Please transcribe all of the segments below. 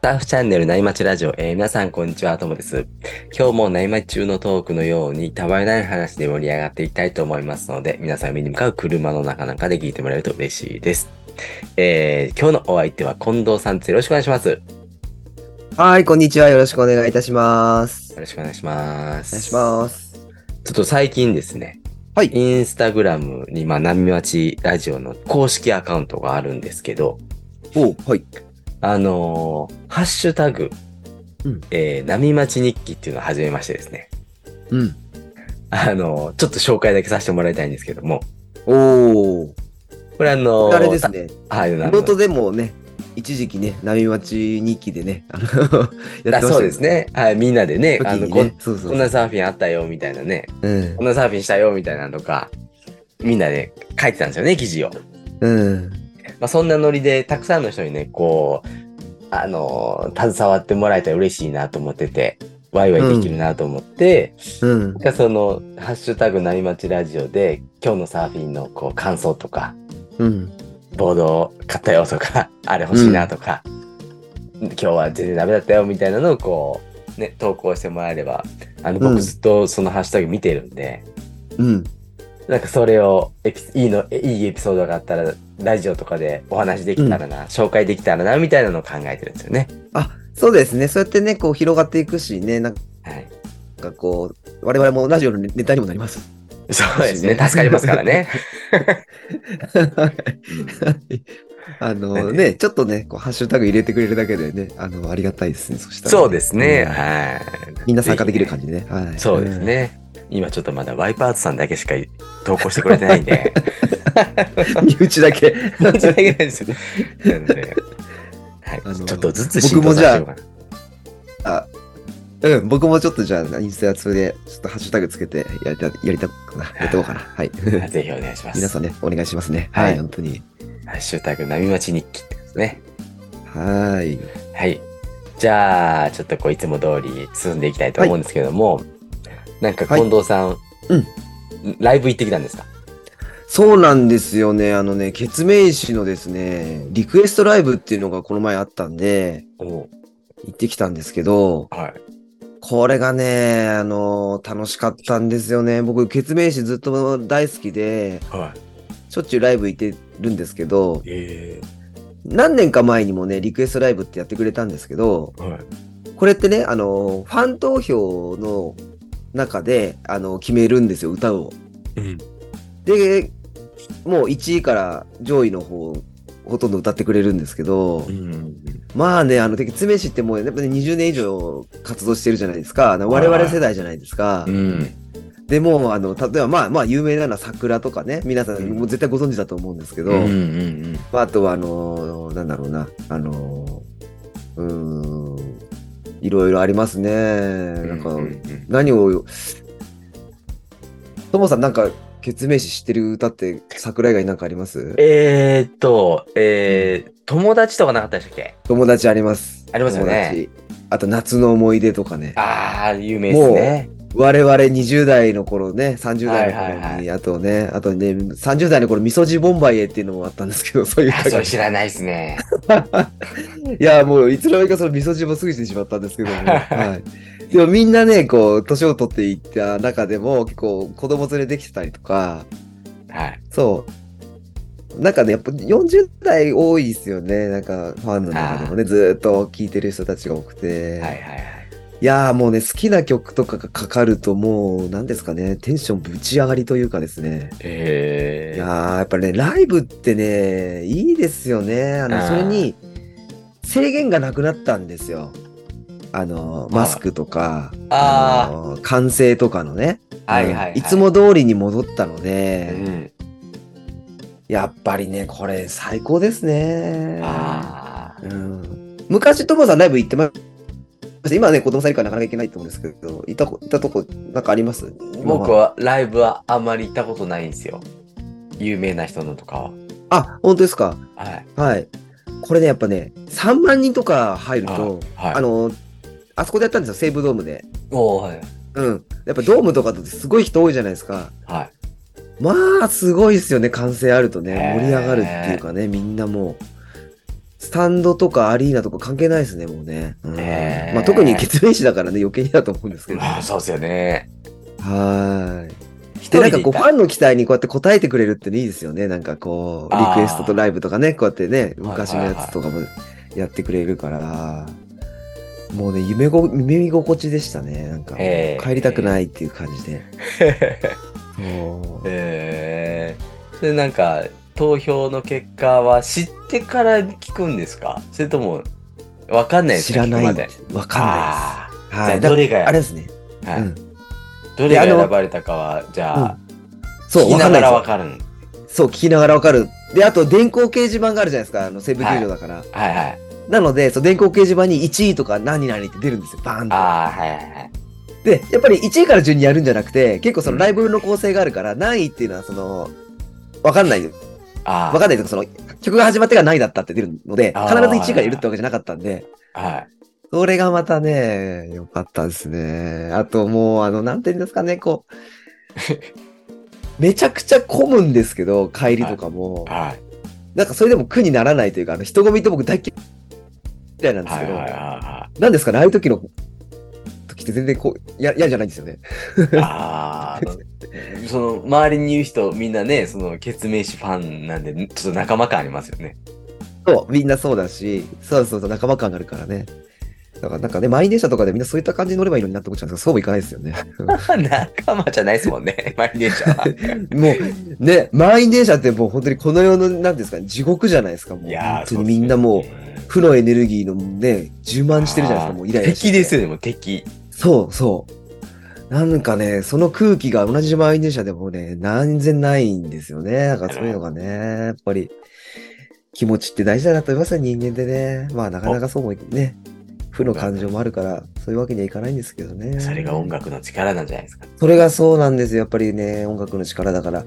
ターフチャンネル内町ラジオ、えー皆さんこんにちは、ともです。今日も内町中のトークのように、たまらない話で盛り上がっていきたいと思いますので、皆さん目に向かう車の中なんかで聞いてもらえると嬉しいです。えー今日のお相手は近藤さんです。よろしくお願いします。よはい、こんにちは。よろしくお願いいたします。おろしくお願いします。願いします。ちょっと最近ですね、はいインスタグラムに、まあ、波町ラジオの公式アカウントがあるんですけど、おはい。あのーハッシュタグ、うんえー、波町日記っていうのを始めましてですね。うん。あのーちょっと紹介だけさせてもらいたいんですけども。おー。これあのーあれですね。たはい、あ地の元でもね、一時期ね、波町日記でね、あの やってましたあよそうです。ね。はい、みんなでね、あ時の、にこね、そうそうこんなサーフィンあったよ、みたいなね。うんこんなサーフィンしたよ、みたいなのとか、みんなで書いてたんですよね、記事を。うん。まあ、そんなノリで、たくさんの人にね、こう、あのー携わってもらえたら嬉しいなと思ってて、ワイワイできるなと思って、うんなん。かその「ハッシュタグなりまちラジオ」で今日のサーフィンのこう感想とかうん。ボードを買ったよとか あれ欲しいなとか、今日は全然ダメだったよみたいなのをこうね投稿してもらえればあのう僕んずっとそのハッシュタグ見てるんで、うん。なんかそれをエピいいのいいエピソードがあったらラジオとかでお話できたらな、紹介できたらなみたいなのを考えてるんですよね。あ、そうですね。そうやってね、こう広がっていくしね、なんはい、かこう、我々もラジオのネタにもなります。 そうですね助かりますからね。あのね、ちょっとね、こうハッシュタグ入れてくれるだけでね、あの、ありがたいです ね。そしたらそうですね、うんはいみんな参加できる感じね。はい。そうですね。今ちょっとまだワイパーツさんだけしか投稿してくれてないん で。うん。 身内だけ。申し訳ないですよなのではいあのちょっとずつ浸透僕もじさゃせあようかな。あうん、僕もちょっとじゃあ、インスタそれで、ちょっとハッシュタグつけてやりた、やりたくな、やってこうかな。 はい。ぜひお願いします。皆さんね、お願いしますね。ははいい、本当に。ハッシュタグ、波町日記ってことですね。はい。はい。じゃあ、ちょっとこう、いつも通り進んでいきたいと思うんですけども、なんか近藤さん、うんライブ行ってきたんですかそうなんですよね。あのね、ケツメイシのですね、リクエストライブっていうのがこの前あったんで、お行ってきたんですけど、はい。これがね、あの、楽しかったんですよね。僕、ケツメイシずっと大好きで、はい。しょっちゅうライブ行ってるんですけど、え何年か前にもね、リクエストライブってやってくれたんですけど、ー、はい。これってね、あの、ファン投票の中で、あの、決めるんですよ、歌を。うん。で、もう1位から上位の方、ほとんど歌ってくれるんですけど、ん。まあね、あの、てつめしってもう、やっぱね、20年以上活動してるじゃないですか。あの我々世代じゃないですかう。ん。でもう、あの、例えば、まあ、まあ、有名なのは桜とかね、皆さん、うんもう絶対ご存知だと思うんですけど、うんうんまあ、あとは、あのーなんだろうな、あのーうーん、いろいろありますね。うん。なんか、ううん何を、ともさんなんか、ケツメイシ知ってる歌って桜以外なんかありますえー、っと、えー、友達とかなかったでしたっけ友達あります。ありますよね友達。あと夏の思い出とかね。ああ、有名ですね。我々20代の頃ね、30代の頃に、はいはいあとね、あとね、30代の頃、みそじボンバイエっていうのもあったんですけど、そういういや、そ歌が。れ知らないですね。いや、もういつの間にかそのみそじも過ぎてしまったんです けども。はい。でもみんなね、こう、年を取っていった中でも、結構子供連れできてたりとか、はい。そう。なんかね、やっぱ40代多いですよね。なんかファンの中でもね、ずーっと聴いてる人たちが多くて。はいはいはい、い。やーもうね、好きな曲とかがかかるともう、なんですかね、テンションぶち上がりというかですね。えー。いやーやっぱね、ライブってね、いいですよね。ああの、ーそれに制限がなくなったんですよ。あの、マスクとか、あーの、歓声とかのね。はいはいはいうんいつも通りに戻ったのうで、ん。やっぱりね、これ最高ですね。ああ。うん、昔、ともさんライブ行ってました。今はね、子供さんいるからなかなか行けないと思うんですけど、行ったこ行ったとこ、なんかあります僕。はライブはあまり行ったことないんですよ。有名な人のとかは。今あ、本当ですか。はい。はい。これね、やっぱね、3万人とか入ると、はい。あの、あそこでやったんですよ、西武ドームで。おーはい。うん。やっぱドームとかだとすごい人多いじゃないですか。はい。まあ、すごいですよね、歓声あるとへねー、盛り上がるっていうかね、みんなもう。スタンドとかアリーナとか関係ないですね、もうね。うんえーまあ、特に血縁師だからね、余計にだと思うんですけど。まあ、そうですよね。はーい。一で、人でなんかこう、ファンの期待にこうやって応えてくれるっていいですよね。なんかこう、リあークエストとライブとかね、こうやってね、はい昔のやつとかもやってくれるから、もうね、夢ご、耳心地でしたね。なんか、えー帰りたくないっていう感 じで。そうえー、それなんか投票の結果は知ってから聞くんですかそれとも分かんないです知からな聞くまいってで。わかああ、んないです。じはゃあい。だどれがあれですね。はいうんどれが選ばれたかはじゃあ、そう、聞きわかなんながらいです分よ。かるんそう、聞きながらわかる。で、あと、電光掲示板があるじゃないですか。あの、西武球場だから。はいはいなので、そう、電光掲示板に1位とか何々って出るんですよ。バーンと。ああはいはいはいで、やっぱり1位から順にやるんじゃなくて、結構そのうんライブの構成があるから、何位っていうのはその、わかんない。わあかんないというか、その、曲が始まってから何位だったって出るので、あ必ずー1位からいるってわけじゃなかったんで、あはいそれがまたね、良かったですね。あともう、あの、なんていうんですかね、こう、 めちゃくちゃ混むんですけど、帰りとかも。はいなんかそれでも苦にならないというか、あの、人混みって僕大嫌いなんですはけいど、はいはなんですかね、ああいう時の、時って全然こう、や嫌じゃないんですよね。いはいああ その周りにいる人みんなねその決明師ファンなんでちょっと仲間感あります よねそう、みんなそうだし、そうそうそう、仲間感があるからね。だからなんかね、満員電車とかでみんなそういった感じに乗ればいいのになって思っちゃうんですけど、そうもいかないですよね。 仲間じゃないですもん ね、マリネーションもう、ね、満員電車ってもう本当にこの世の、なんていうんですかね、地獄じゃないですか、もう。いや本当にみんなもう、負のエネルギーのね、充満してるじゃないですか、もうイライラして。敵ですよね、もう敵。そうそう。なんかね、その空気が同じ満員電車でもね、何千ないんですよね。なんかそういうのがね、やっぱり気持ちって大事だなと思いますよ、人間でね。まあなかなかそうもね、負の感情もあるから、そういうわけにはいかないんですけどね。それが音。楽の力なんじゃないですか。それがそうなんですよ。やっぱりね、音楽の力だから。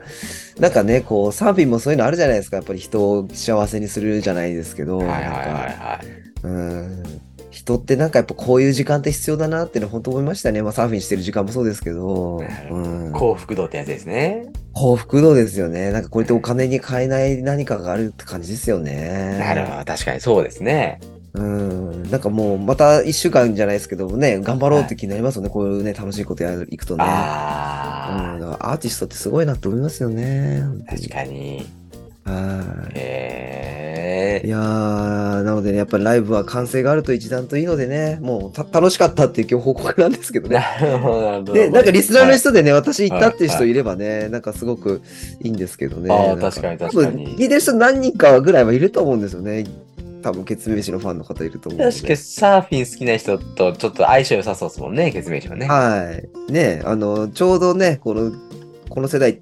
なんかね、こう、サーフィンもそういうのあるじゃないですか。やっぱり人を幸せにするじゃないですけど。はいはいなんかはうん人ってなんかやっぱこういう時間って必要だなっていうの本当思いましたね。まあサーフィンしてる時間もそうですけど、いはい。うん、幸福度ってやつですね。幸福度ですよね。なんかこれってお金に買えない何かがあるって感じですよね。なるほど、確かにそうですね。うん。なんかもうまた一週間じゃないですけどもね、頑張ろうって気になりますよね。こういうね、楽しいことやる、いくとね。うん、あだからアーティストってすごいなと思いますよね。あ、確かに。に。はい。へいえ。やー、なのでね、やっぱりライブは歓声があると一段といいのでね、もうた楽しかったっていう今日報告なんですけどね。なるほど、なるほど。で、なんかリスナーのはい人でね、私行ったっていう人いればね、なんかすごくいいんですけどね。ああなん確かに確かに多分聞いてる人何人かぐらいはいると思うんですよね。多分、ケツメイシのファンの方いると思うんで。確かにサーフィン好きな人とちょっと相性良さそうですもんね、決明書はね。はい。ね、あの、ちょうどね、この、この世代っ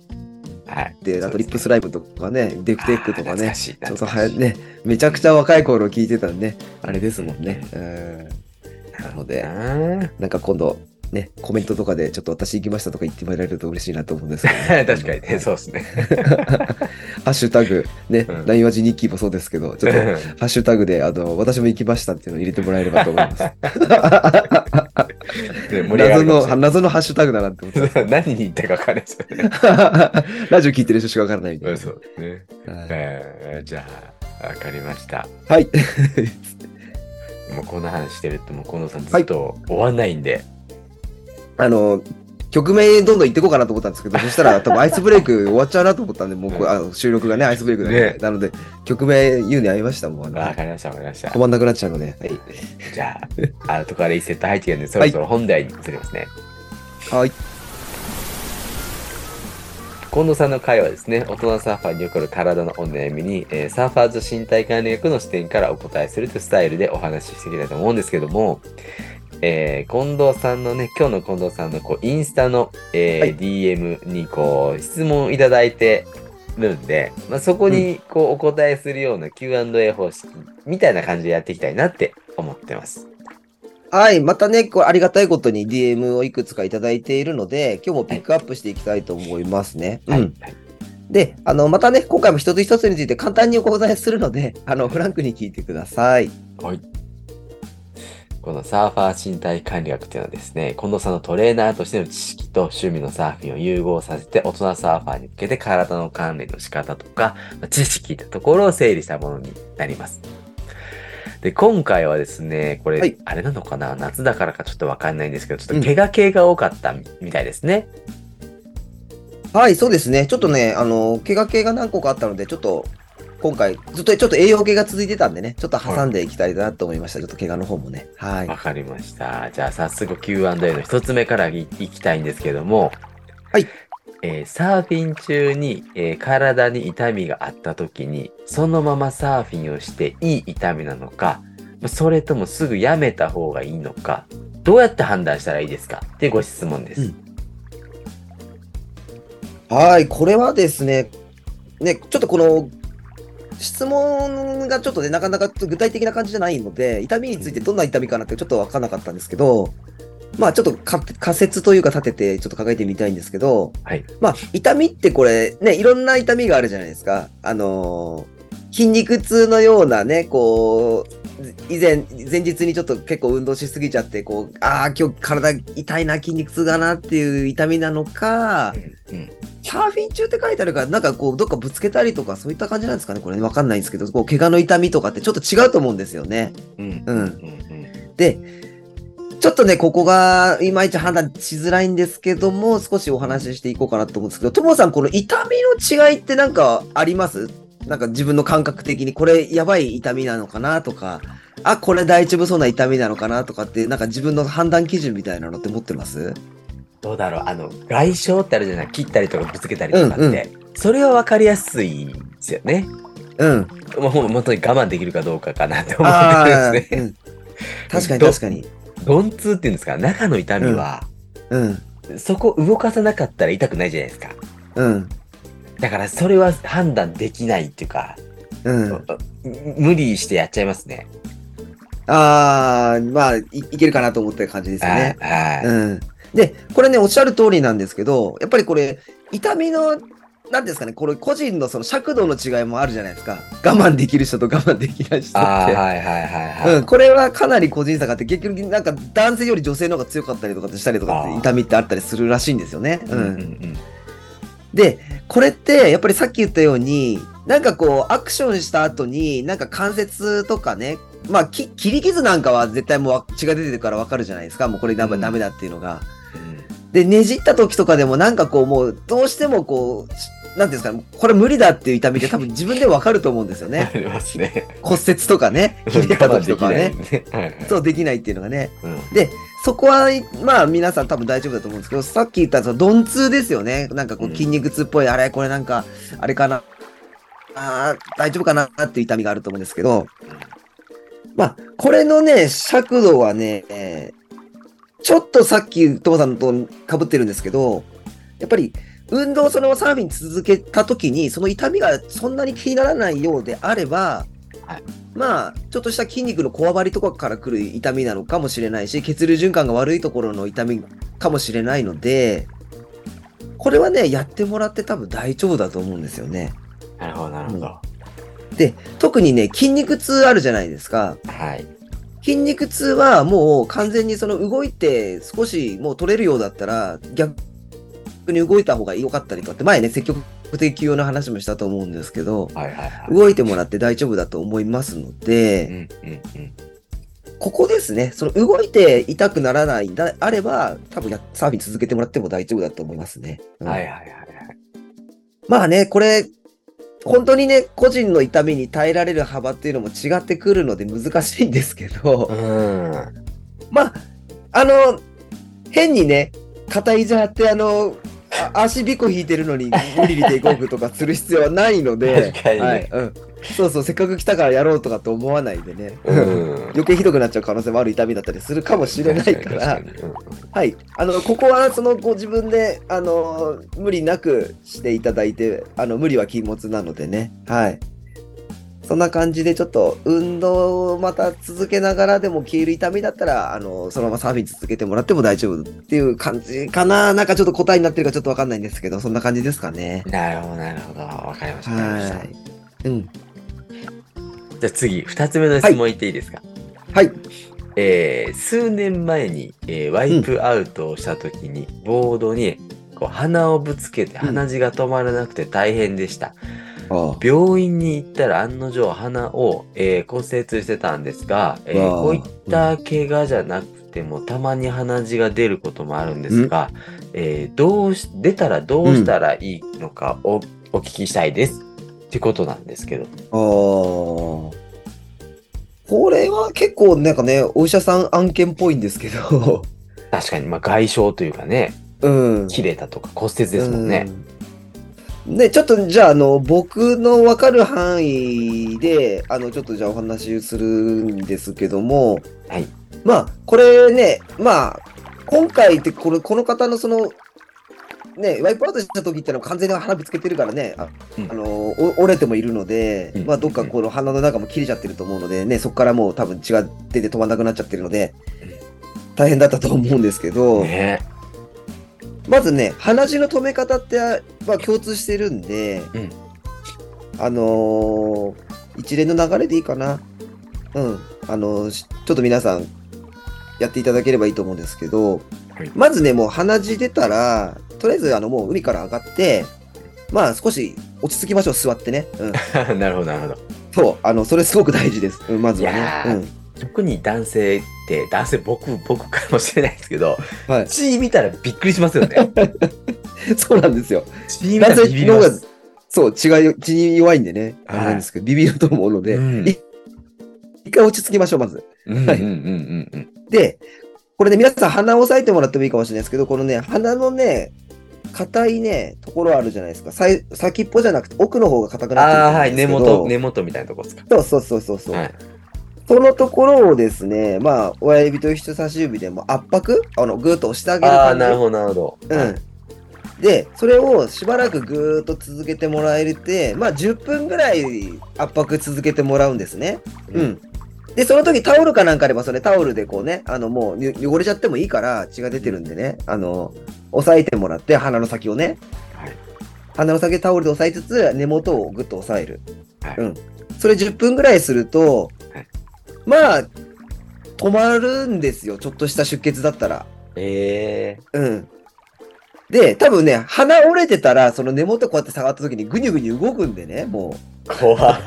はい。て、あとリップスライブとかね、デフテックとか懐ねか、しい。ちょっ懐とかはしやい。ね、めちゃくちゃ若い頃聞いてたんで、ね、あれですもんね。うん。なので、うんなんか今度、ね、コメントとかでちょっと私行きましたとか言ってもらえると嬉しいなと思うんですけ ど、確かにね、そうですね。ハッシュタグ、ねう、んラインワジニッキーもそうですけど、ちょっと、ハ ッシュタグで、あの、私も行きましたっていうのを入れてもらえればと思い ます。ね盛り上がるかもしれ謎の、謎のハッシュタグだなって思っ て。 何に言ったか分かんないですよね。ラジオ聞いてる人しかわからないみたいそうですね。な。はいえーじゃあ、わかりました。はい。 もうこんな話してると、もう河野さんずっと終わんないんで。あの、曲名どんどん行ってこうかなと思ったんですけど、そしたら多分アイスブレイク終わっちゃうなと思ったんで、もうこうあの収録がね、アイスブレイクなんでねなので、曲名言うに合いました、もうあの。わかりました、わかりました。止まんなくなっちゃうので。はい。じゃあ、あとから1セット入ってきたんで、そろそろ本題に移りますね。はい。近藤さんの会はですね、大人サーファーに起こる体のお悩みに、えーサーファーズ身体管理学の視点からお答えするというスタイルでお話ししていきたいと思うんですけども、えー近藤さんのね、今日の近藤さんのこうインスタの、えーはい DM にこう質問いただいてるんで、まあ、そこにこうお答えするような Q&A 方式みたいな感じでやっていきたいなって思ってます。はい。またね、こうありがたいことに DM をいくつかいただいているので、今日もピックアップしていきたいと思いますね。はい。うん。で、あの、またね、今回も一つ一つについて簡単にお答えするので、あの、フランクに聞いてください。はい。このサーファー身体管理学っていうのはですね、近藤さんのトレーナーとしての知識と趣味のサーフィンを融合させて、大人サーファーに向けて体の管理の仕方とか、まあ知識というところを整理したものになります。で、今回はですね、これ、はいあれなのかな夏だからかちょっとわかんないんですけど、ちょうっんと怪我系が多かったみたいですね。はい、そうですね。ちょっとね、あの、怪我系が何個かあったので、ちょっと、今回、ずっとちょっと栄養系が続いてたんでね、ちょっと挟んでいきたいなと思いました。ちょっと怪我の方もね。はいわ、。かりました。じゃあ早速 Q&A の一つ目からいいきたいんですけども、はい。えーサーフィン中に、えー体に痛みがあった時に、そのままサーフィンをしていい痛みなのか、それともすぐやめた方がいいのか、どうやって判断したらいいですかっていうご質問です。うんはい、これはですね、ね、ちょっとこの、質問がちょっとね、なかなか具体的な感じじゃないので、痛みについてどんな痛みかなってちょっとわかんなかったんですけど、まあちょっとか仮説というか立ててちょっと考えてみたいんですけど、はい。まあ痛みってこれね、いろんな痛みがあるじゃないですか。あのー筋肉痛のようなね、こう、以前、前日にちょっと結構運動しすぎちゃって、こう、ああ、今日体痛いな、筋肉痛だなっていう痛みなのか、うんサーフィン中って書いてあるから、なんかこう、どっかぶつけたりとか、そういった感じなんですかね、これね、わかんないんですけど、こう、怪我の痛みとかってちょっと違うと思うんですよね。うん。うんうん。で、ちょっとね、ここが、いまいち判断しづらいんですけども、少しお話ししていこうかなと思うんですけど、ともさん、この痛みの違いってなんかありますなんか自分の感覚的に、これやばい痛みなのかなとか、あ、これ大丈夫そうな痛みなのかなとかって、なんか自分の判断基準みたいなのって持ってますどうだろうあの、外傷ってあるじゃない切ったりとかぶつけたりとかって。うんうそれは分かりやすいですよね。うん。まあ、ほん本当に我慢できるかどうかかなって思あうんですーね。うん確かに確かに。鈍痛っていうんですか中の痛みは、うん。そこ動かさなかったら痛くないじゃないですか。うん。だからそれは判断できないっていうか、うん。無理してやっちゃいますね。ああ、まあい、いけるかなと思ってる感じですよね。はいはい、うん。で、これね、おっしゃる通りなんですけど、やっぱりこれ、痛みの、なんですかね、これ個人のその尺度の違いもあるじゃないですか。我慢できる人と我慢できない人あっあ、て。はいはいはいはい。うん、これはかなり個人差があって、結局なんか男性より女性の方が強かったりとかしたりとかっあてー痛みってあったりするらしいんですよね。うんううんんうん。で、これって、やっぱりさっき言ったように、なんかこう、アクションした後に、なんか関節とかね、まあ、き切り傷なんかは絶対もうわ血が出てるからわかるじゃないですか。もうこれダメうんダメだっていうのが。で、ねじった時とかでもなんかこう、もう、どうしてもこうし、なんていうんですか、これ無理だっていう痛みって多分自分でわかると思うんですよあ ね。りますね。骨折とかね、切れた時 とかね。我慢できないね。そうできないっていうのがね。うん。で、そこは、まあ皆さん多分大丈夫だと思うんですけど、さっき言ったその鈍痛ですよね。なんかこううん筋肉痛っぽい、あれこれなんか、あれかな、あー大丈夫かなっていう痛みがあると思うんですけど、まあ、これのね、尺度はね、えーちょっとさっき、ともさんと被ってるんですけど、やっぱり、運動、そのサーフィン続けたときに、その痛みがそんなに気にならないようであれば、はいまあ、ちょっとした筋肉のこわばりとかから来る痛みなのかもしれないし、血流循環が悪いところの痛みかもしれないので、これはね、やってもらって多分大丈夫だと思うんですよね。なるほど、なるほど。で、特にね、筋肉痛あるじゃないですか。はい。筋肉痛はもう完全にその動いて少しもう取れるようだったら逆に動いた方が良かったりとかって前ね積極的休養の話もしたと思うんですけどはいはいはい。動いてもらって大丈夫だと思いますのうんでうんうん。ここですねその動いて痛くならないんであれば多分やサーフィン続けてもらっても大丈夫だと思いますね。うんはいはいはいはい。まあね、これ、本当にね、個人の痛みに耐えられる幅っていうのも違ってくるので難しいんですけど、うん。まあ、あの、変にね、肩肘張って、あの、あ足びこ引いてるのに無理にテイクオフとかする必要はないので、 確かにねはいうん、そうそう、せっかく来たからやろうとかと思わないでね、うん。 余計ひどくなっちゃう可能性もある痛みだったりするかもしれないから、確に。確にうんはい、あのここはそのご自分であの無理なくしていただいてあの無理は禁物なのでねはいそんな感じでちょっと運動をまた続けながらでも消える痛みだったらあのそのままサーフィン続けてもらっても大丈夫っていう感じかななんかちょっと答えになってるかちょっとわかんないんですけどそんな感じですかねなるほど、なるほど。わかりました。わかりましたはいうんじゃあ次、二つ目の質問いっていいですか、はいえー数年前に、えーワイプアウトをした時に、ボードにこう鼻をぶつけてうん鼻血が止まらなくて大変でした。ああ。病院に行ったら案の定鼻を、えー骨折してたんですが、えーわあこういった怪我じゃなくてもたまに鼻血が出ることもあるんですが、えーどうし出たらどうしたらいいのかをお聞きしたいです。ってことなんですけど。ああ。これは結構なんかね、お医者さん案件っぽいんですけど。 確かに、まあ、外傷というかね、うん。切れたとか骨折ですもんね。うん。ね、ちょっとじゃあ、あの、僕の分かる範囲で、あの、ちょっとじゃあお話しするんですけども、はい。まあ、これね、まあ、今回ってこれ、この方のその、ね、ワイプアウトした時ってのは完全に鼻ぶつけてるからね、あ,、うんあのお折れてもいるので、うんまあ、どっかこの鼻の中も切れちゃってると思うので、ね、そこからもう多分血が出て止まんなくなっちゃってるので、大変だったと思うんです けど、ねまずね、鼻血の止め方って、まあ、共通してるんで、うんあのー一連の流れでいいかな。うん。あのーしちょっと皆さん、やっていただければいいと思うんですけど、はいまずね、もう鼻血出たら、とりあえず、あの、もう海から上がって、まあ、少し落ち着きましょう、座ってね。 うん。なるほど、なるほど。そう、あの、それすごく大事です。うん、まずはいねや。ー特に男性って、男性僕、僕かもしれないですけど、うん。はい。血見たらびっくりしますよ ね。そうなんですよ。血見た男らビビり性のま方がす。、そう、血がよ血に弱いんでね、あれはいなんですけど、ビビると思うので、うんい一回落ち着きましょう、まず。うんうんうんうんうん。で、これね、皆さん鼻を押さえてもらってもいいかもしれないですけど、このね、鼻のね、硬いね、ところあるじゃないですか。さい先っぽじゃなくて、奥の方が硬くなってるとああ、思はうい。根んですけど。元、根元みたいなとこですか。そうそうそうそうそう、はい。そのところをですね、まあ、親指と人差し指でも圧迫あの、ぐーっと押してあげる感ああ、じ。なるほど、なるほど。うん。で、それをしばらくぐーっと続けてもらえて、まあ10分ぐらい圧迫続けてもらうんですね。ううんん。で、その時タオルかなんかあれば、それタオルでこうね、あのもうに汚れちゃってもいいから血が出てるんでね、あの、押さえてもらって鼻の先をね。はい鼻の先タオルで押さえつつ根元をぐっと押さえる。はいうん。それ10分ぐらいすると、はいまあ、止まるんですよ。ちょっとした出血だったら。ええうん。で、多分ね、鼻折れてたら、その根元こうやって下がった時にぐにゅぐにゅ動くんでね、もう。ー、怖い。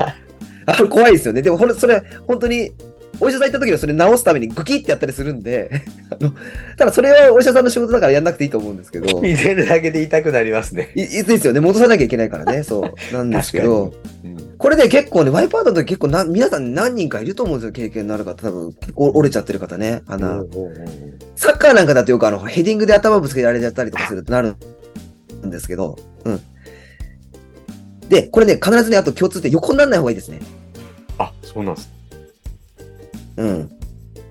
あの怖いですよね。でもほん、それ、本当に、お医者さん行った時にはそれ直すためにグキってやったりするんで、 あの、ただそれはお医者さんの仕事だからやんなくていいと思うんですけど、 い見てるだけで痛くなりますね。いいですよね。戻さなきゃいけないからね、そう。なんですけど、うんこれで結構ね、ワイパーだと結構な、皆さん何人かいると思うんですよ、経験のある方、多分、お折れちゃってる方ね、うん鼻。うんうんサッカーなんかだとよくあのヘディングで頭ぶつけられちゃったりとかするとなるんですけど、うん。で、これね、必ずね、あと共通点、横にならない方がいいですね。あ、そうなんです。うん。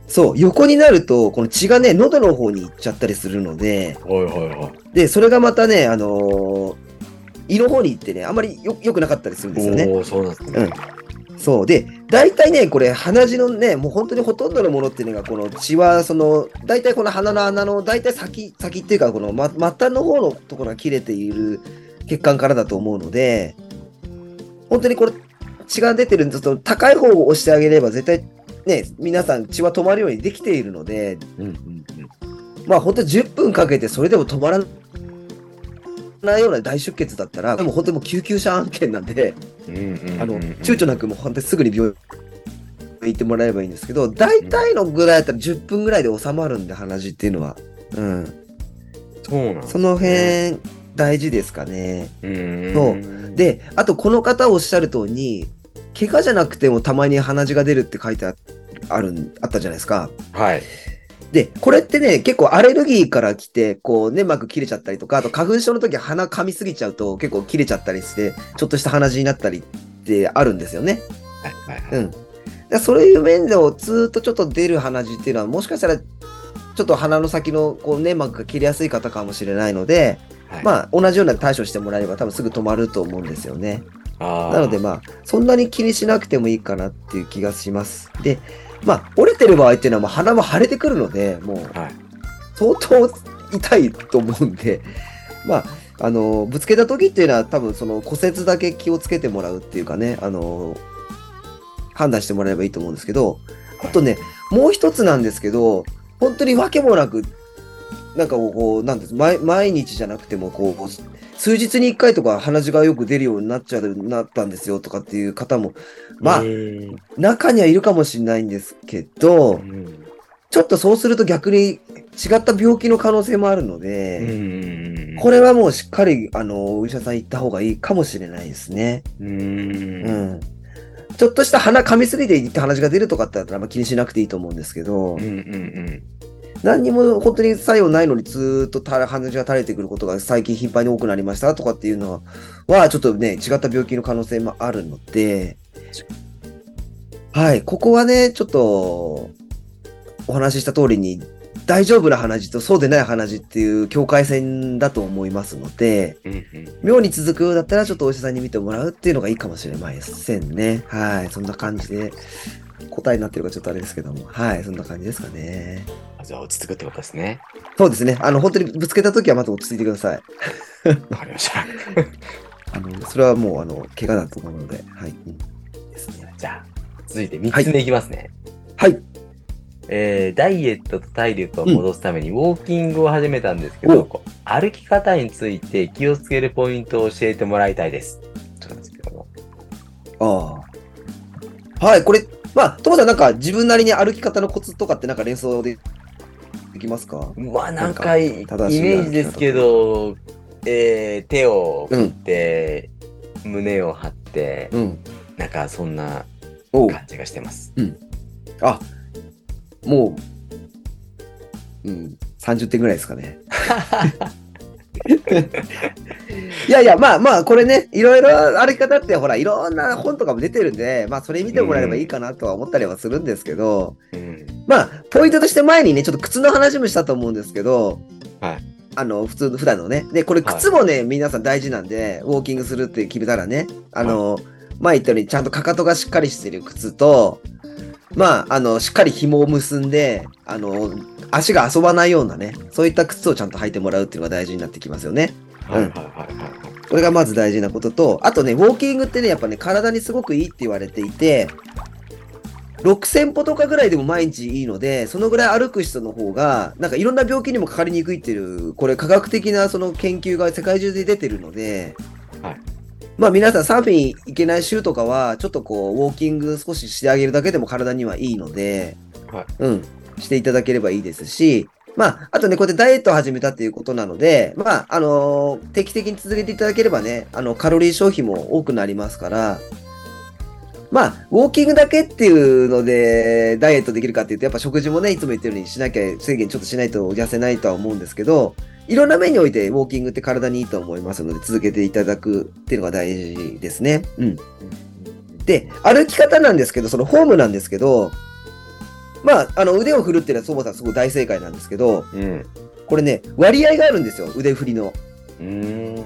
そう、横になると、この血がね、喉の方に行っちゃったりするので、はいはいはい。で、それがまたね、あのー胃の方に行ってね、あんまりよ良くなかったりするんですよね。おお、そうなんですね。そう。で、大体ね、これ、鼻血のね、もう本当にほとんどのものっていうのが、この血は、その、大体この鼻の穴の、大体先、先っていうか、この、ま、末端の方のところが切れている血管からだと思うので、本当にこれ、血が出てるんですと、高い方を押してあげれば、絶対、ね、皆さん血は止まるようにできているので、うんうんうんまあ本当に10分かけてそれでも止まらないような大出血だったら、でも本当にもう救急車案件なんで、うんうんうん。あの、躊躇なくもう本当にすぐに病院行ってもらえばいいんですけど、大体のぐらいだったら10分ぐらいで収まるんで、鼻血っていうのは。うん。そうなんですその辺、大事ですかね。うんそう、で、あとこの方おっしゃる通り、怪我じゃなくてもたまに鼻血が出るって書いてああるん、あったじゃないですか。はい。で、これってね、結構アレルギーから来て、こう、粘膜切れちゃったりとか、あと花粉症の時鼻噛みすぎちゃうと結構切れちゃったりして、ちょっとした鼻血になったりってあるんですよね。はいはいはい。うん。だからそういう面でもずーっとちょっと出る鼻血っていうのは、もしかしたら、ちょっと鼻の先のこう粘膜が切れやすい方かもしれないので、はいまあ、同じような対処してもらえれば多分すぐ止まると思うんですよね。あーなのでまあ、そんなに気にしなくてもいいかなっていう気がします。で、まあ、折れてる場合っていうのはもう鼻も腫れてくるので、もう、はい相当痛いと思うんで、 まあ、あの、ぶつけた時っていうのは多分その骨折だけ気をつけてもらうっていうかね、あの、判断してもらえばいいと思うんですけど、あとね、もう一つなんですけど、本当に訳もなく、なんかこう、なんです毎毎日じゃなくてもこう、数日に1回とか鼻血がよく出るようになっちゃう、なったんですよとかっていう方も、まあ、うん中にはいるかもしれないんですけど、うんちょっとそうすると逆に違った病気の可能性もあるので、うんこれはもうしっかり、あの、お医者さん行った方がいいかもしれないですね。うんうん。ちょっとした鼻噛みすぎていって鼻血が出るとかってあったらあんま気にしなくていいと思うんですけど、うんうん何にも本当に作用ないのにずーっとた鼻血が垂れてくることが最近頻繁に多くなりましたとかっていうのは、はちょっとね、違った病気の可能性もあるので、はい、ここはね、ちょっと、お話しした通りに、大丈夫な鼻血とそうでない鼻血っていう境界線だと思いますので、うんうん妙に続くだったらちょっとお医者さんに見てもらうっていうのがいいかもしれませんね。はい、そんな感じで、答えになってるかちょっとあれですけども、はい、そんな感じですかね。あじゃあ落ち着くってことですね。そうですね。あの、本当にぶつけたときはまず落ち着いてください。わかりました。あの、それはもう、あの、怪我だと思うので。はい。うんですねじゃあ、続いて3つ目いきますね。はい。えーダイエットと体力を戻すためにウォーキングを始めたんですけど、おこう歩き方について気をつけるポイントを教えてもらいたいです。ちょっと待ってくださいああ。はい、これ、まあ、ともさん、なんか自分なりに歩き方のコツとかってなんか連想でできますかまあなんかイメ正しいなージですけど、えー手を振って、胸を張って、うん。なんかそんなおう感じがしてます。あ、もう、うん、30点ぐらいですかね。いやいや、まあまあ、これね、いろいろ歩き方って、ほら、いろんな本とかも出てるんで、まあ、それ見てもらえればいいかなとは思ったりはするんですけど、うんまあ、ポイントとして前にね、ちょっと靴の話もしたと思うんですけど、はいあの、普通の、普段のね。で、これはい靴もね、皆さん大事なんで、ウォーキングするって決めたらね、あの、前言ったように、ちゃんとかかとがしっかりしてる靴と、まあ、あの、しっかり紐を結んで、あの、足が遊ばないようなね、そういった靴をちゃんと履いてもらうっていうのが大事になってきますよね。はいはいはいはいこれがまず大事なことと、あとね、ウォーキングってね、やっぱね、体にすごくいいって言われていて、6000歩とかぐらいでも毎日いいので、そのぐらい歩く人の方が、なんかいろんな病気にもかかりにくいっていう、これ科学的なその研究が世界中で出てるので、はいまあ皆さんサーフィン行けない週とかは、ちょっとこう、ウォーキング少ししてあげるだけでも体にはいいので、はいうん、していただければいいですし、まあ、あとね、こうやってダイエットを始めたっていうことなので、まあ、あのー定期的に続けていただければね、あの、カロリー消費も多くなりますから、まあ、ウォーキングだけっていうので、ダイエットできるかっていうと、やっぱ食事もね、いつも言ったようにしなきゃ、制限ちょっとしないと痩せないとは思うんですけど、いろんな面において、ウォーキングって体にいいと思いますので、続けていただくっていうのが大事ですね。うん。で、歩き方なんですけど、そのフォームなんですけど、まあ、あの、腕を振るっていうのは、そもさんすごい大正解なんですけど、うん。これね、割合があるんですよ、腕振りの。うーん。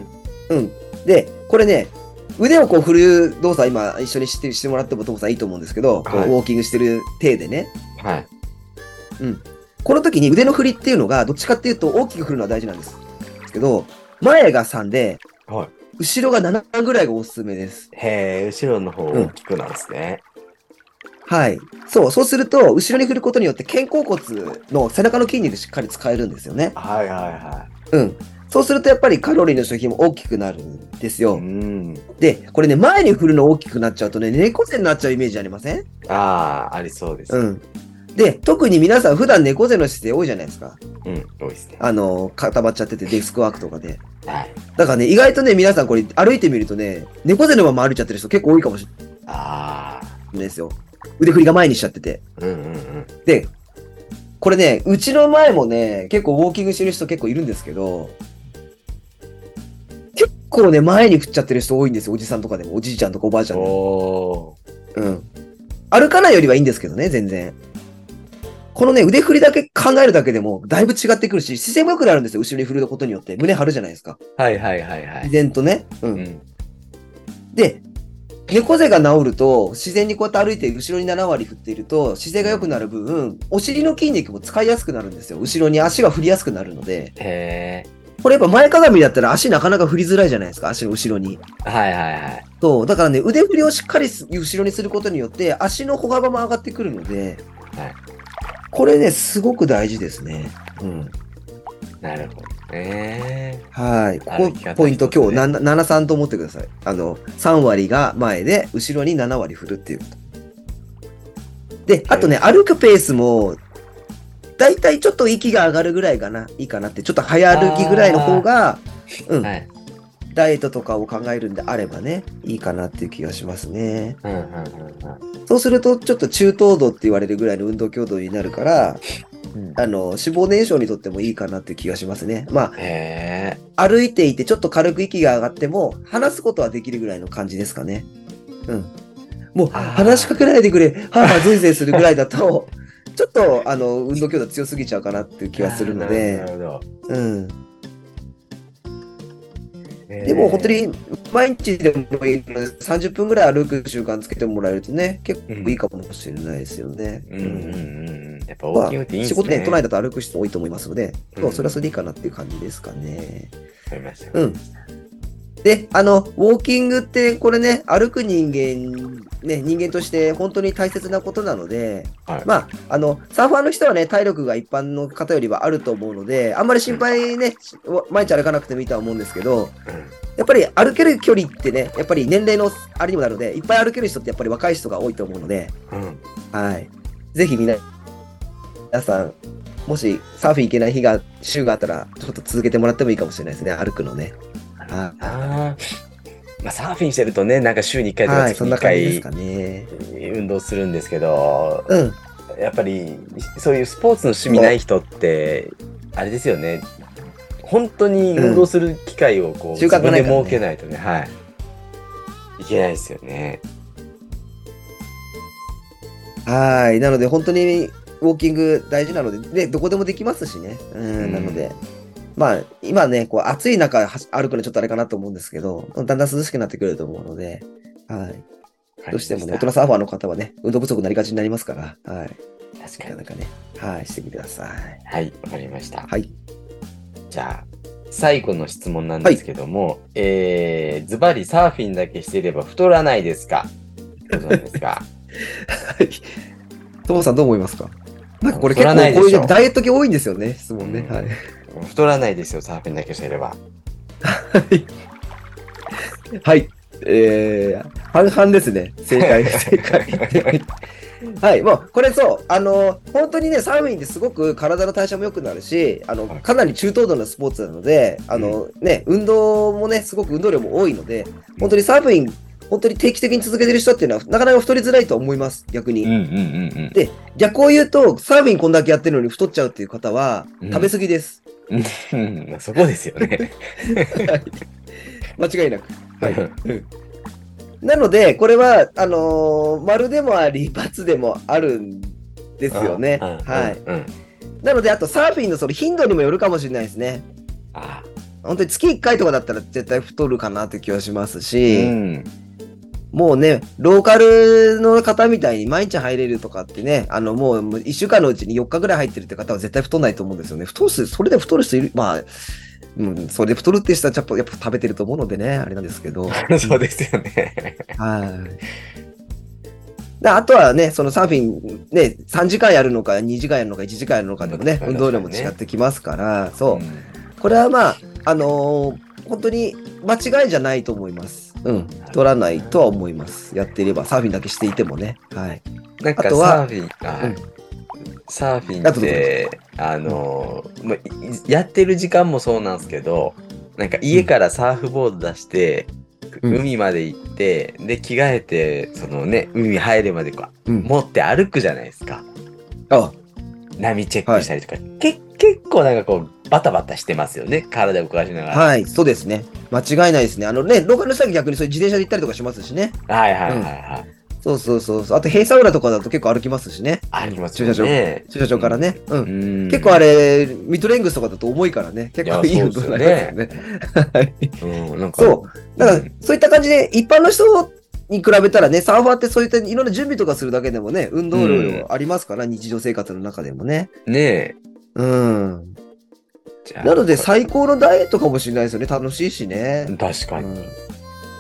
うん。で、これね、腕をこう振る動作、今一緒にしてしてもらってもともさんいいと思うんですけど、こうはいウォーキングしてる体でね、はい。この時に腕の振りっていうのが、どっちかっていうと大きく振るのは大事なんです。ですけど、前が3で、はい。後ろが7ぐらいがおすすめです。へえ、後ろの方大きくなんですね。はい。そう、そうすると、後ろに振ることによって肩甲骨の背中の筋肉しっかり使えるんですよね。はいはいはうん。そうするとやっぱりカロリーの消費も大きくなるんですよ。い。うん。で、これね、前に振るの大きくなっちゃうとね、猫背になっちゃうイメージありませんああ、ありそうです。。うんん。で、特に皆さん普段猫背の姿勢多いじゃないですか。うん、多いですね。あの、固まっちゃっててデスクワークとかで。はい。だからね、意外とね、皆さんこれ歩いてみるとね、猫背のまま歩いちゃってる人結構多いかもしれああ。ないですよ。腕振りが前にしちゃってて。うんうんうん。で、これね、うちの前もね、結構ウォーキングしてる人結構いるんですけど、結構ね、前に振っちゃってる人多いんですよ。おじさんとかでも、おじいちゃんとかおばあちゃんでも。おうん。歩かないよりはいいんですけどね、全然。このね、腕振りだけ考えるだけでも、だいぶ違ってくるし、姿勢も良くなるんですよ。後ろに振ることによって。胸張るじゃないですか。ー。はいはいはいは自い。然とね。う。うんん。で、猫背が治ると、自然にこうやって歩いて、後ろに7割振っていると、姿勢が良くなる分、お尻の筋肉も使いやすくなるんですよ。後ろに足が振りやすくなるのへで。え。これやっぱ前かがみだったら足なかなか振りづらいじゃないですか。足の後ろに。はいはいはい。そう。だからね、腕振りをしっかりす後ろにすることによって、足の歩幅も上がってくるので、はいこれね、すごく大事ですね。うん。なるほどね。はい。こ歩き方こ、ポイント、一つね今日、なな73と思ってください。あの、3割が前で、後ろに7割振るっていうこと。で、あとね、歩くペースも、だいたいちょっと息が上がるぐらいかな、いいかなって、ちょっと早歩きぐらいの方が、うん、はい。ダイエットとかを考えるんであればね、いいかなっていう気がしますね。うんうんうんそうすると、ちょっと中等度って言われるぐらいの運動強度になるから、うん。あの、脂肪燃焼にとってもいいかなっていう気がしますね。まあ、へえ。歩いていてちょっと軽く息が上がっても話すことはできるぐらいの感じですかね。うん。もうあー話しかけないでくれ、はあはあずいずいするぐらいだと、 ちょっとあの運動強度強すぎちゃうかなっていう気はするのあー なで、るほど。うん。へーでも本当、に毎日でもいいので30分ぐらい歩く習慣つけてもらえるとね、結構いいかもしれないですよね。うんうんうんうん。やっぱウォまーあキングっていいんです仕ね。事ね、都内だと歩く人多いと思いますので、うんそうそれはそれでいいかなっていう感じですかね。わかりました。うん。で、あの、ウォーキングって、これね、歩く人間、ね、人間として本当に大切なことなので、はい。まあ、あの、サーファーの人はね、体力が一般の方よりはあると思うので、あんまり心配ね、し毎日歩かなくてもいいとは思うんですけど、うんやっぱり歩ける距離ってね、やっぱり年齢のあれにもなるので、いっぱい歩ける人ってやっぱり若い人が多いと思うので、うん。はい。ぜひみな、皆さん、もしサーフィン行けない日が、週があったら、ちょっと続けてもらってもいいかもしれないですね、歩くのね。はい。あーまあ、サーフィンしてるとね、なんか週に1回とかはい、月そんにな1感じです回かね。運動するんですけど、うん。やっぱりそういうスポーツの趣味ない人って、あれですよね、本当に運動する機会をこう、収自穫分がないでからね設けないとね、はい。いけないですよね。はい。なので、本当にウォーキング大事なので、で、どこでもできますしね。うん、うんなので。まあ、今ね、こう、暑い中はし歩くのちょっとあれかなと思うんですけど、だんだん涼しくなってくると思うので、はい。どうしてもね、大人確サーファーの方はね、運動不足になりがちになりますから、はい。かなかに。なかね、はい、してみてください。はい、わかりました。はい。じゃあ、最後の質問なんですけども、えー、ズバリサーフィンだけしていれば太らないですかどうなんです かトモさんどう思いますかなんかこれ取結ら構ないでしょこういうねダイエット系多いんですよね、質問ね。うんはい。太らないですよ、サーフィンだけしていれば。はい。えー、半々ですね。正解、正解。はい、もうこれそう、あの本当にね、サーフィンってすごく体の代謝も良くなるし、あのはいかなり中等度のスポーツなので、あのね、運動もね、すごく運動量も多いので、本当にサーフィン、本当に定期的に続けてる人っていうのは、なかなか太りづらいと思います、逆に。うんうんうんで、逆を言うと、サーフィンこんだけやってるのに太っちゃうっていう方はう、ん食べ過ぎです。うんうん。 そこですよね。。間違いなく。はいなので、これは、あのー丸でもあり、×でもあるんですよね。うんうんはい。うんうんなので、あとサーフィンのその頻度にもよるかもしれないですね。あ本当に月1回とかだったら絶対太るかなって気はしますーし、うんもうね、ローカルの方みたいに毎日入れるとかってね、あのもう1週間のうちに4日ぐらい入ってるって方は絶対太んないと思うんですよね。太る人、それで太る人いる、まあ、うん、それで太るって人はやっぱやっぱ食べてると思うのでね、あれなんですけど。 そうですよね。はい。であとはね、そのサーフィン、ね、3時間やるのか、2時間やるのか、1時間やるのかでもね、うん運動量も違ってきますから、そうう。んこれはまあ、あのー本当に間違いじゃないと思います。うん。取らないとは思います。やっていれば、サーフィンだけしていてもね。はい。なんかサあとーはフィン、うあんサーフィンあっとどうぞて、あのー、まいやってる時間もそうなんですけど、なんか家からサーフボード出して、うん海まで行って、で、着替えて、そのね、海入るまでこうう。ん持って歩くじゃないですか。あ、波チェックしたりとか、け結構なんかこう、バタバタしてますよね。体を動かしながら。はい、そうですね。間違いないですね。あのね、ローカルの人は逆にそういう自転車で行ったりとかしますしね。はいはいはいはい。そうそうそうそう。あと、閉鎖裏とかだと結構歩きますしね。ありますよね。駐車場からね。うん。うん。結構あれ、ミッドレングスとかだと重いからね、結構いいいや運動 になりますよね。はいうん、なんか。そうだから、そういった感じで、一般の人に比べたらね、サーファーってそういったいろんな準備とかするだけでもね、運動量ありますから、日常生活の中でもね。ねえ。うん。じゃあなので、最高のダイエットかもしれないですよね、楽しいしね。確かうに。ん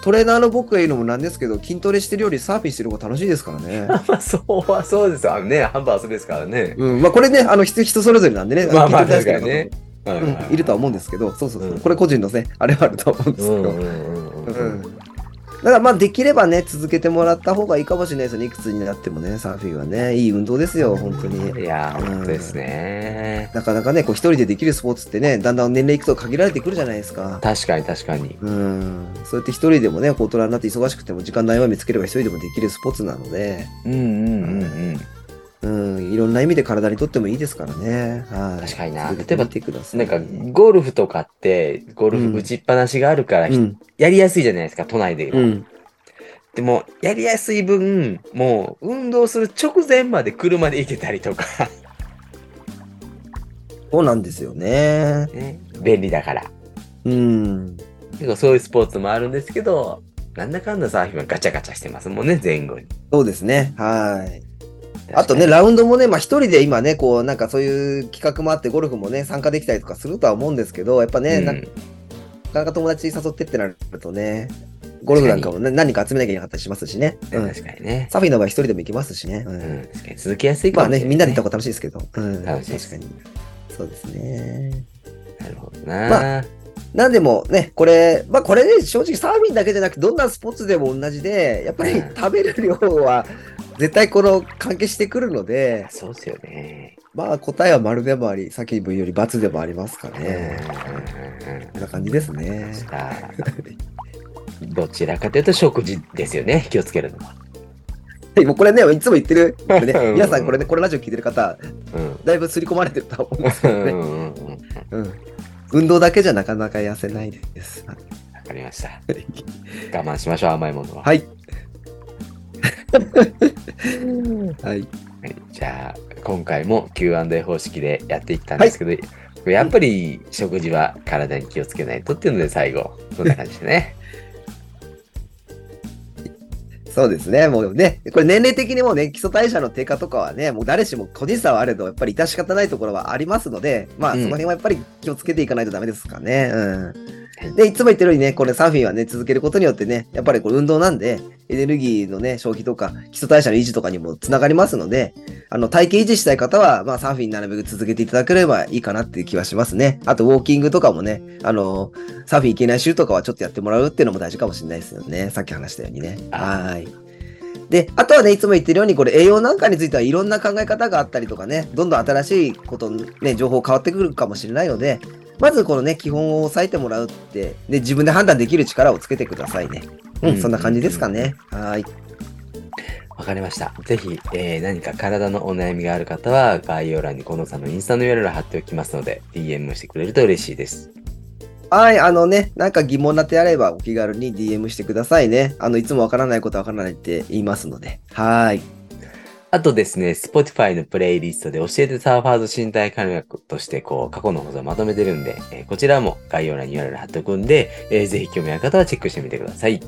トレーナーの僕が言うのもなんですけど、筋トレしてるよりサーフィンしてる方が楽しいですか らね。まあ、そうはそうですよ。あのね、ハンバーグですからね。うん、まあこれね、あの人人それぞれなんでね、まあまあ聞いてる人ですけど確はいはいはうんいるとは思うんですけど、そうそうそう、これ個人のね、あれはあるとは思うんですけうど。んうんうんうんうんだからまあできればね、続けてもらった方がいいかもしれないですよね。いくつになってもね、サーフィンはね、いい運動ですよ、本当に。いやー、本当ですね。なかなかね、こう一人でできるスポーツってね、だんだん年齢いくと限られてくるじゃないですか。確かに確かに。うん。そうやって一人でもね、こう大人になって忙しくても時間ないわ見つければ一人でもできるスポーツなので、うんうんうんうん。うん、いろんな意味で体にとってもいいですからね。はい。確かにな続けてみてください。なんか、ゴルフとかって、ゴルうんフ打ちっぱなしがあるから、うん、やりやすいじゃないですか、都内で。うん。でも、やりやすい分、もう、運動する直前まで車で行けたりとか、そうなんですよね。ね、便利だから。うん。結構そういうスポーツもあるんですけど、なんだかんだサーフィンはガチャガチャしてますもんね、前後に。そうですね。はい。あとね、ラウンドもね、まあ一人で今ね、こう、なんかそういう企画もあって、ゴルフもね、参加できたりとかするとは思うんですけど、やっぱね、うんななかなか友達に誘ってってなるとね、ゴルフなんかもね、何か集めなきゃいけなかったりしますしね。うん。確かにね。サフィンの場合一人でも行きますしね。うん。うん、確かに続きやすいかまあもしれね、ない、みんなで行った方が楽しいですけど。うん。楽しいです確かに。そうですね。なるほどな、まなんでもね、これ、まあこれね、正直サーフィンだけじゃなくて、どんなスポーツでも同じで、やっぱりうん食べる量は、絶対この関係してくるので、そうですよね。まあ答えは丸でもあり、さっき分より×でもありますかうんうんね。うんうんこんな感じですね。さあどちらかというと食事ですよね、気をつけるのは。もうこれね、いつも言ってる、これうね、ん皆さんこれね、このラジオ聞いてる方、うんだいぶ刷り込まれてるとは思うんですけうどんうね。んうんうん。うん。運動だけじゃなかなか痩せないです。わかりました。我慢しましょう、甘いものは。はい。はい。はいじゃあ、今回も Q&A 方式でやっていったんですけど、やっぱり食事は体に気をつけないとっていうので、最後、こんな感じでね。そうですね。もうね、これ年齢的にもね、基礎代謝の低下とかはね、もう誰しも個人差はあれど、やっぱり致し方ないところはありますので、まうあ、そんの辺はやっぱり気をつけていかないとダメですかね。うはん。で、いつも言ってるようにね、これサーフィンはね、続けることによってね、やっぱりこれ運動なんで、エネルギーのね、消費とか、基礎代謝の維持とかにもつながりますので、あの、体型維持したい方は、まあ、サーフィンなるべく続けていただければいいかなっていう気はしますね。あと、ウォーキングとかもね、あの、サーフィン行けない週とかはちょっとやってもらうっていうのも大事かもしれないですよね。さっき話したようにね。はーい。で、あとはね、いつも言ってるように、これ栄養なんかについてはいろんな考え方があったりとかね、どんどん新しいこと、ね、情報変わってくるかもしれないので、まずこのね、基本を押さえてもらうって、で、自分で判断できる力をつけてくださいね。ううんん、そんな感じですかね。はーい。 わかりました。ぜひ、えー何か体のお悩みがある方は、概要欄に近藤さんのインスタの URL を貼っておきますので、DM してくれると嬉しいです。はい、あのね、なんか疑問な点あればお気軽に DM してくださいね。あの、いつもわからないことはわからないって言いますので。はーい。あとですね、Spotify のプレイリストで教えてサーファーズ身体感覚として、こう、過去の放送をまとめてるんで、えーこちらも概要欄に URL 貼っておくんで、えーぜひ興味ある方はチェックしてみてください。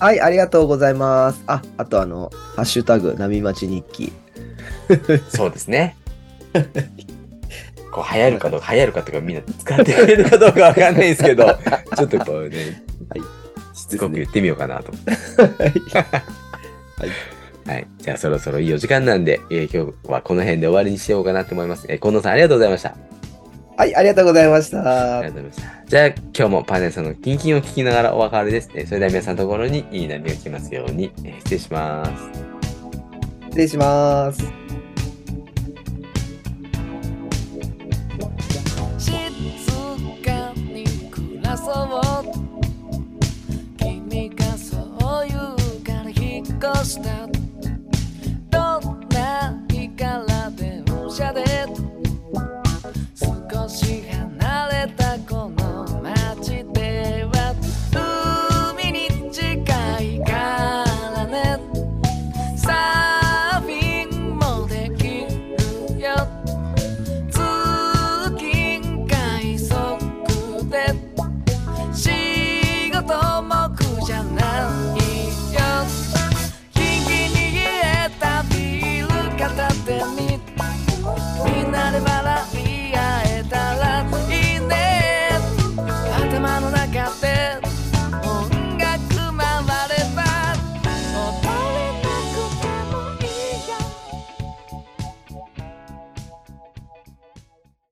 はい、ありがとうございます。あ、あとあの、ハッシュタグ、波町日記。そうです ね。こう、流行るかどうか、流行るかとかみんな使ってくれるかどうかわかんないんですけ ど、ちょっとこうね、はいしつこく言ってみようかなと思って。はい。 はい。じゃあそろそろいいお時間なんで、えー今日はこの辺で終わりにしようかなと思います。えー近藤さんありがとうございました。はい、ありがとうございました。ありがとうございました。じゃあ、今日もパネルさんのキンキンを聞きながらお別れです。えーそれでは皆さんのところにいい波が来ますように、えー失礼します。失礼します。静かに暮らそう君がそう言うから引っ越した